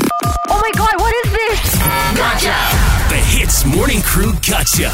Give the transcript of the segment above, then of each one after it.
Oh my god, what is this? The Hits Morning Crew Gotcha.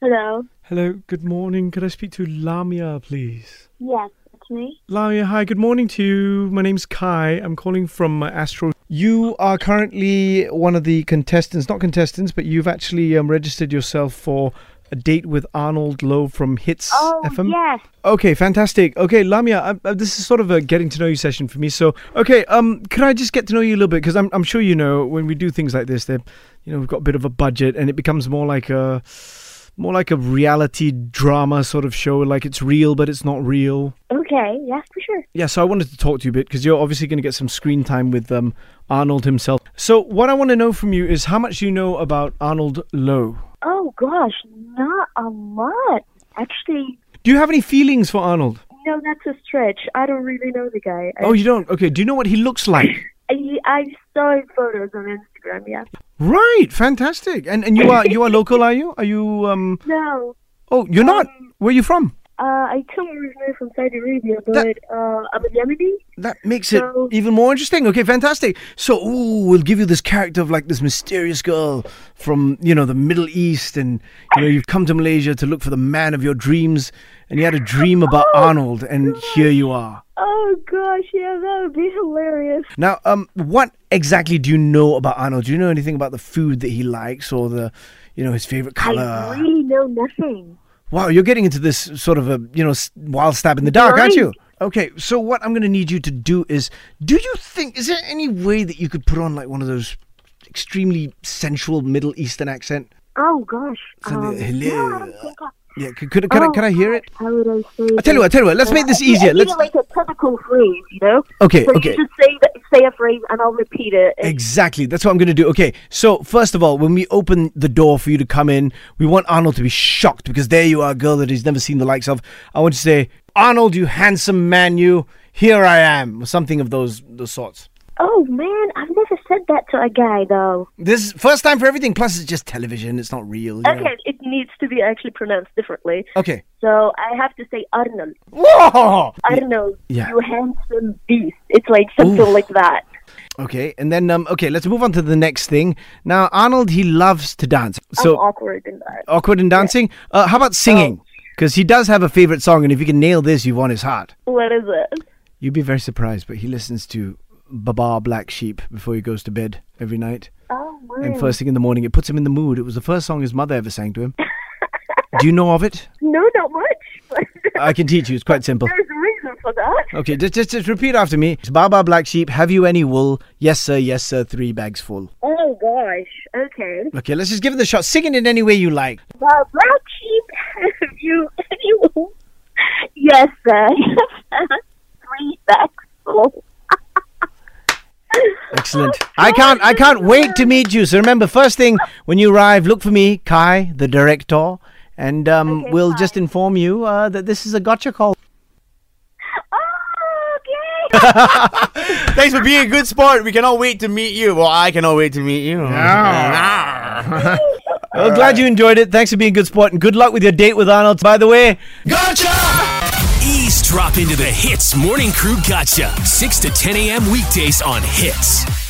Hello. Hello, good morning. Could I speak to Lamia, please? Yes, it's me. Lamia, hi, good morning to you. My name's Kai. I'm calling from uh, Astro. You are currently one of the contestants, not contestants, but you've actually um, registered yourself for a date with Arnold Lowe from Hits Oh, FM. yes. Okay, fantastic. Okay, Lamia, I, I, this is sort of a getting to know you session for me. So, okay, um, could I just get to know you a little bit? Because I'm, I'm sure you know when we do things like this, they, you know, we've got a bit of a budget, and it becomes more like a, more like a reality drama sort of show. Like it's real, but it's not real. Okay, yes, for sure. Yeah, so I wanted to talk to you a bit because you're obviously going to get some screen time with um, Arnold himself. So, what I want to know from you is how much you know about Arnold Lowe. Oh gosh, not a lot. Actually, Do you have any feelings for Arnold? no, that's a stretch. I don't really know the guy. Oh, you don't? Okay, do you know what he looks like? I, I saw photos on Instagram, yeah. Right, fantastic. And and you are you are local, are you? Are you um No, Oh, you're not. Where are you from? uh, I come originally from Saudi Arabia, but That- uh, I'm a Yemeni. That makes it No. even more interesting. Okay, fantastic. So, ooh, we'll give you this character of like this mysterious girl from, you know, the Middle East and you know, you've come to Malaysia to look for the man of your dreams and you had a dream about Arnold and here you are. Oh gosh, yeah, that would be hilarious. Now, um what exactly do you know about Arnold? Do you know anything about the food that he likes or the you know, his favorite color? I really know nothing. Wow, you're getting into this sort of a you know s- wild stab in the dark, aren't you? Okay, so what I'm going to need you to do is, do you think is there any way that you could put on like one of those extremely sensual Middle Eastern accent? Oh gosh. Something- um, hello. no, I don't think I- Yeah, could, could, could I, Oh, can I hear it? How would I say? I tell you what, I tell you what. Let's make this easier. Let's like a typical phrase, you know. Okay, So okay. You just say that, say a phrase, and I'll repeat it. And exactly. That's what I'm going to do. Okay, so first of all, when we open the door for you to come in, we want Arnold to be shocked because there you are, a girl that he's never seen the likes of. I want you to say, Arnold, you handsome man, you. Here I am, or something of those those sorts. oh man, I've never said that to a guy though. This is first time for everything. Plus, it's just television. It's not real. you know. Okay, it needs to be actually pronounced differently. Okay. So I have to say Arnold. Whoa. Arnold, Yeah. you handsome beast. It's like something Oof. like that. Okay, and then um, okay, let's move on to the next thing. Now, Arnold, he loves to dance. I'm So Oh. awkward in that. awkward in dancing. Uh, how about Oh. singing? Because he does have a favorite song, and if you can nail this, you've won his heart. What is it? You'd be very surprised, but he listens to Baba Black Sheep before he goes to bed every night. Oh man. And first thing in the morning, it puts him in the mood. It was the first song his mother ever sang to him. Do you know of it? No, not much. I can teach you. It's quite simple. There's a reason for that. Okay, just, just just repeat after me. It's Baba Black Sheep, have you any wool? Yes, sir, yes, sir, three bags full. Oh gosh. Okay. Okay, let's just give it a shot. Sing it in any way you like. Well, black sheep, have you, have you, yes, sir. Three bags full. Excellent. I can't I can't wait to meet you. So remember, first thing when you arrive, look for me, Kai, the director, and um, Okay, we'll Kai. just inform you uh, that this is a gotcha call. Oh, okay. Thanks for being a good sport. We cannot wait to meet you. Well, I cannot wait to meet you. Well, glad you enjoyed it. Thanks for being a good sport, and good luck with your date with Arnold. By the way, Eavesdrop into the Hits Morning Crew Gotcha. 6 to 10 a.m. weekdays on Hits.